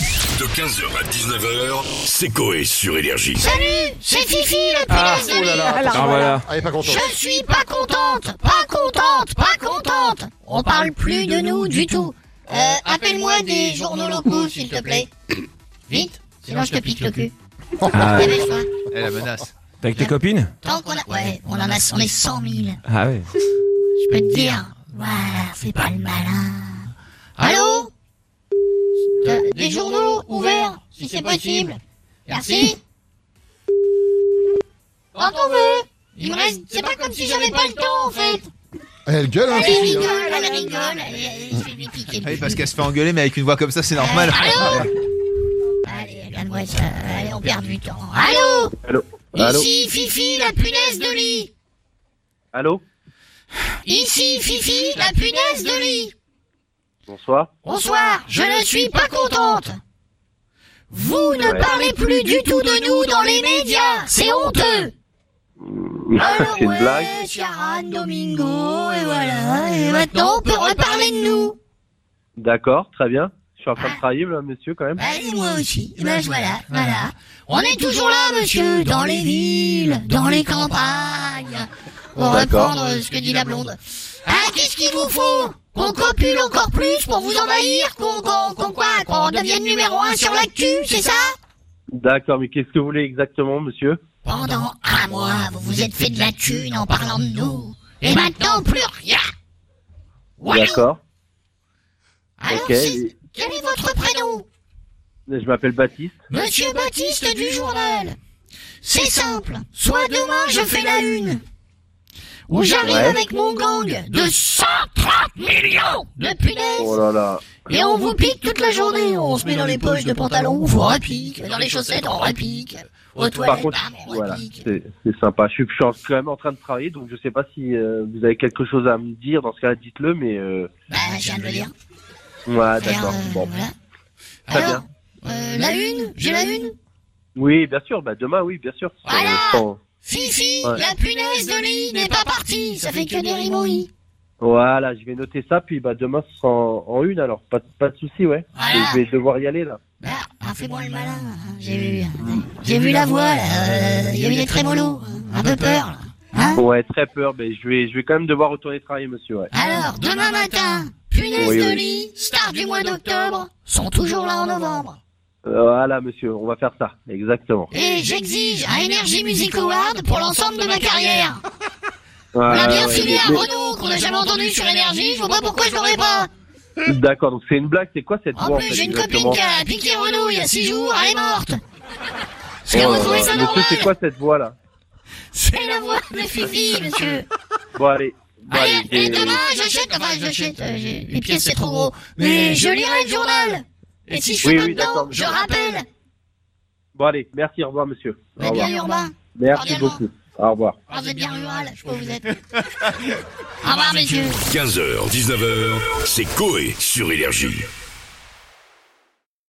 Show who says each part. Speaker 1: De 15h à 19h, c'est Coé sur Énergie.
Speaker 2: Salut, c'est Fifi la punaise de lit.
Speaker 3: Ah, voilà.
Speaker 4: Elle est pas contente.
Speaker 2: Je suis pas contente, pas contente, pas contente. On parle plus de nous du tout. Euh, appelle-moi des journaux locaux, s'il te plaît. Eh ben, Vite, sinon je te pique le cul.
Speaker 3: Ah,
Speaker 2: T'avais faim
Speaker 5: Elle la menace.
Speaker 3: T'es avec tes copines
Speaker 2: Tant qu'on a... Ouais, on en a sur les 100 000.
Speaker 3: Ah ouais.
Speaker 2: Je peux te dire. Voilà, fais pas le malin. Allô Des- Des journaux ouverts, si c'est possible. Merci. Quand on veut. Il me reste... C'est pas comme si j'avais pas le temps, en fait.
Speaker 4: Elle gueule, hein,
Speaker 2: Elle
Speaker 4: Fifi. hein.
Speaker 2: rigole, elle rigole. elle- elle- Je vais lui piquer le
Speaker 5: Ah Oui,
Speaker 2: cul.
Speaker 5: parce qu'elle se fait engueuler, mais avec une voix comme ça, c'est normal.
Speaker 2: Allez, regarde-moi ça. Allez, on perd du temps. Allô
Speaker 6: Allô
Speaker 2: Ici, Fifi, la punaise de lit.
Speaker 6: Allô
Speaker 2: Ici, Fifi, la punaise de lit.
Speaker 6: Bonsoir.
Speaker 2: Bonsoir, je ne suis pas contente. Vous ne parlez plus du tout de nous dans les médias, c'est honteux. Alors
Speaker 6: c'est une
Speaker 2: ouais,
Speaker 6: blague
Speaker 2: Ciaran, Domingo, et voilà. Et maintenant, on peut reparler de nous.
Speaker 6: D'accord, très bien. Je suis en train de travailler, là, monsieur, quand même.
Speaker 2: Allez, moi aussi. Eh Ben voilà, voilà. On est toujours là, monsieur, dans les villes, dans les campagnes. Pour
Speaker 6: D'accord.
Speaker 2: reprendre euh, ce que dit la blonde. Ah, qu'est-ce qu'il vous faut Qu'on copule encore plus pour vous envahir Qu'on qu'on qu'on quoi Qu'on devienne numéro un sur l'actu, c'est ça
Speaker 6: D'accord, mais qu'est-ce que vous voulez exactement, monsieur
Speaker 2: Pendant un mois, vous vous êtes fait de la thune en parlant de nous. Et maintenant, plus rien. Voilà.
Speaker 6: D'accord.
Speaker 2: Alors,
Speaker 6: ok.
Speaker 2: c'est- quel est votre prénom
Speaker 6: Je m'appelle Baptiste.
Speaker 2: Monsieur Baptiste du journal. C'est simple, soit demain je fais la une, ou j'arrive
Speaker 6: Ouais.
Speaker 2: avec mon gang de 130 millions de
Speaker 6: Oh
Speaker 2: punaises,
Speaker 6: là là.
Speaker 2: et on vous pique toute la journée, on se met dans les poches de pantalon, on vous repique, dans les chaussettes, on repique, aux
Speaker 6: Par
Speaker 2: toilettes,
Speaker 6: contre,
Speaker 2: bam, on
Speaker 6: voilà,
Speaker 2: repique.
Speaker 6: c'est c'est sympa. Je suis, je suis en- quand même en train de travailler, donc je sais pas si euh, vous avez quelque chose à me dire. Dans ce cas-là, dites-le, mais... Euh...
Speaker 2: Bah, je viens de le dire.
Speaker 6: Ouais,
Speaker 2: Alors,
Speaker 6: d'accord.
Speaker 2: euh,
Speaker 6: Bon.
Speaker 2: voilà.
Speaker 6: Très
Speaker 2: Alors, euh, la une, j'ai la une
Speaker 6: Oui, bien sûr. Bah, demain, oui, bien sûr.
Speaker 2: Voilà.
Speaker 6: Sans-
Speaker 2: Fifi,
Speaker 6: Ouais.
Speaker 2: la punaise de lit n'est pas partie, ça fait que des rimouilles.
Speaker 6: Voilà, je vais noter ça, puis bah, demain, ce sera en, en une, alors. Pas, de- pas de souci, ouais.
Speaker 2: Voilà.
Speaker 6: Je vais devoir y aller, là.
Speaker 2: Bah, ah, fais-moi le malin. hein, J'ai vu, j'ai vu la voix. là, euh, Il y a eu des trémolos, hein, un peu peur. là. Hein
Speaker 6: Ouais, très peur, mais je vais, je vais quand même devoir retourner travailler, monsieur. Ouais.
Speaker 2: Alors, Ah, demain matin, punaise
Speaker 6: Oui,
Speaker 2: de
Speaker 6: oui.
Speaker 2: lit, star du mois d'octobre, sont toujours là en novembre.
Speaker 6: Euh, voilà, monsieur, on va faire ça, exactement.
Speaker 2: Et j'exige un Energy Music Award pour l'ensemble de ma carrière. On
Speaker 6: Ah,
Speaker 2: l'a bien
Speaker 6: ouais,
Speaker 2: filé à
Speaker 6: mais-
Speaker 2: Renaud, qu'on n'a jamais entendu sur Energy, je vois pas pourquoi je l'aurais pas.
Speaker 6: mais- D'accord, donc c'est une blague, c'est quoi cette
Speaker 2: En
Speaker 6: voix
Speaker 2: plus,
Speaker 6: en fait,
Speaker 2: j'ai une
Speaker 6: exactement
Speaker 2: copine qui a piqué Renaud il y a six jours, elle est morte. Est-ce
Speaker 6: Oh
Speaker 2: que
Speaker 6: là
Speaker 2: vous
Speaker 6: là,
Speaker 2: trouvez ça
Speaker 6: Monsieur, c'est
Speaker 2: normal
Speaker 6: quoi cette voix là
Speaker 2: C'est la voix de Fifi, monsieur.
Speaker 6: Bon, allez. Bon,
Speaker 2: Allez,
Speaker 6: allez,
Speaker 2: et
Speaker 6: j'ai-
Speaker 2: demain, j'achète, enfin, j'achète, euh, j'ai- les pièces c'est trop gros, mais je lirai le journal. Et si je suis
Speaker 6: Oui,
Speaker 2: pas
Speaker 6: oui,
Speaker 2: dedans,
Speaker 6: d'accord.
Speaker 2: je rappelle. Ah
Speaker 6: bon, allez, merci, au revoir, monsieur. Au
Speaker 2: Vous êtes
Speaker 6: revoir.
Speaker 2: bien urbain,
Speaker 6: Merci
Speaker 2: cordialement.
Speaker 6: beaucoup. Au revoir.
Speaker 2: Alors, vous êtes Ah, bien rural, je Ah, sais pas où vous êtes. Au revoir, messieurs.
Speaker 1: 15h, 19h, c'est Coé sur Énergie.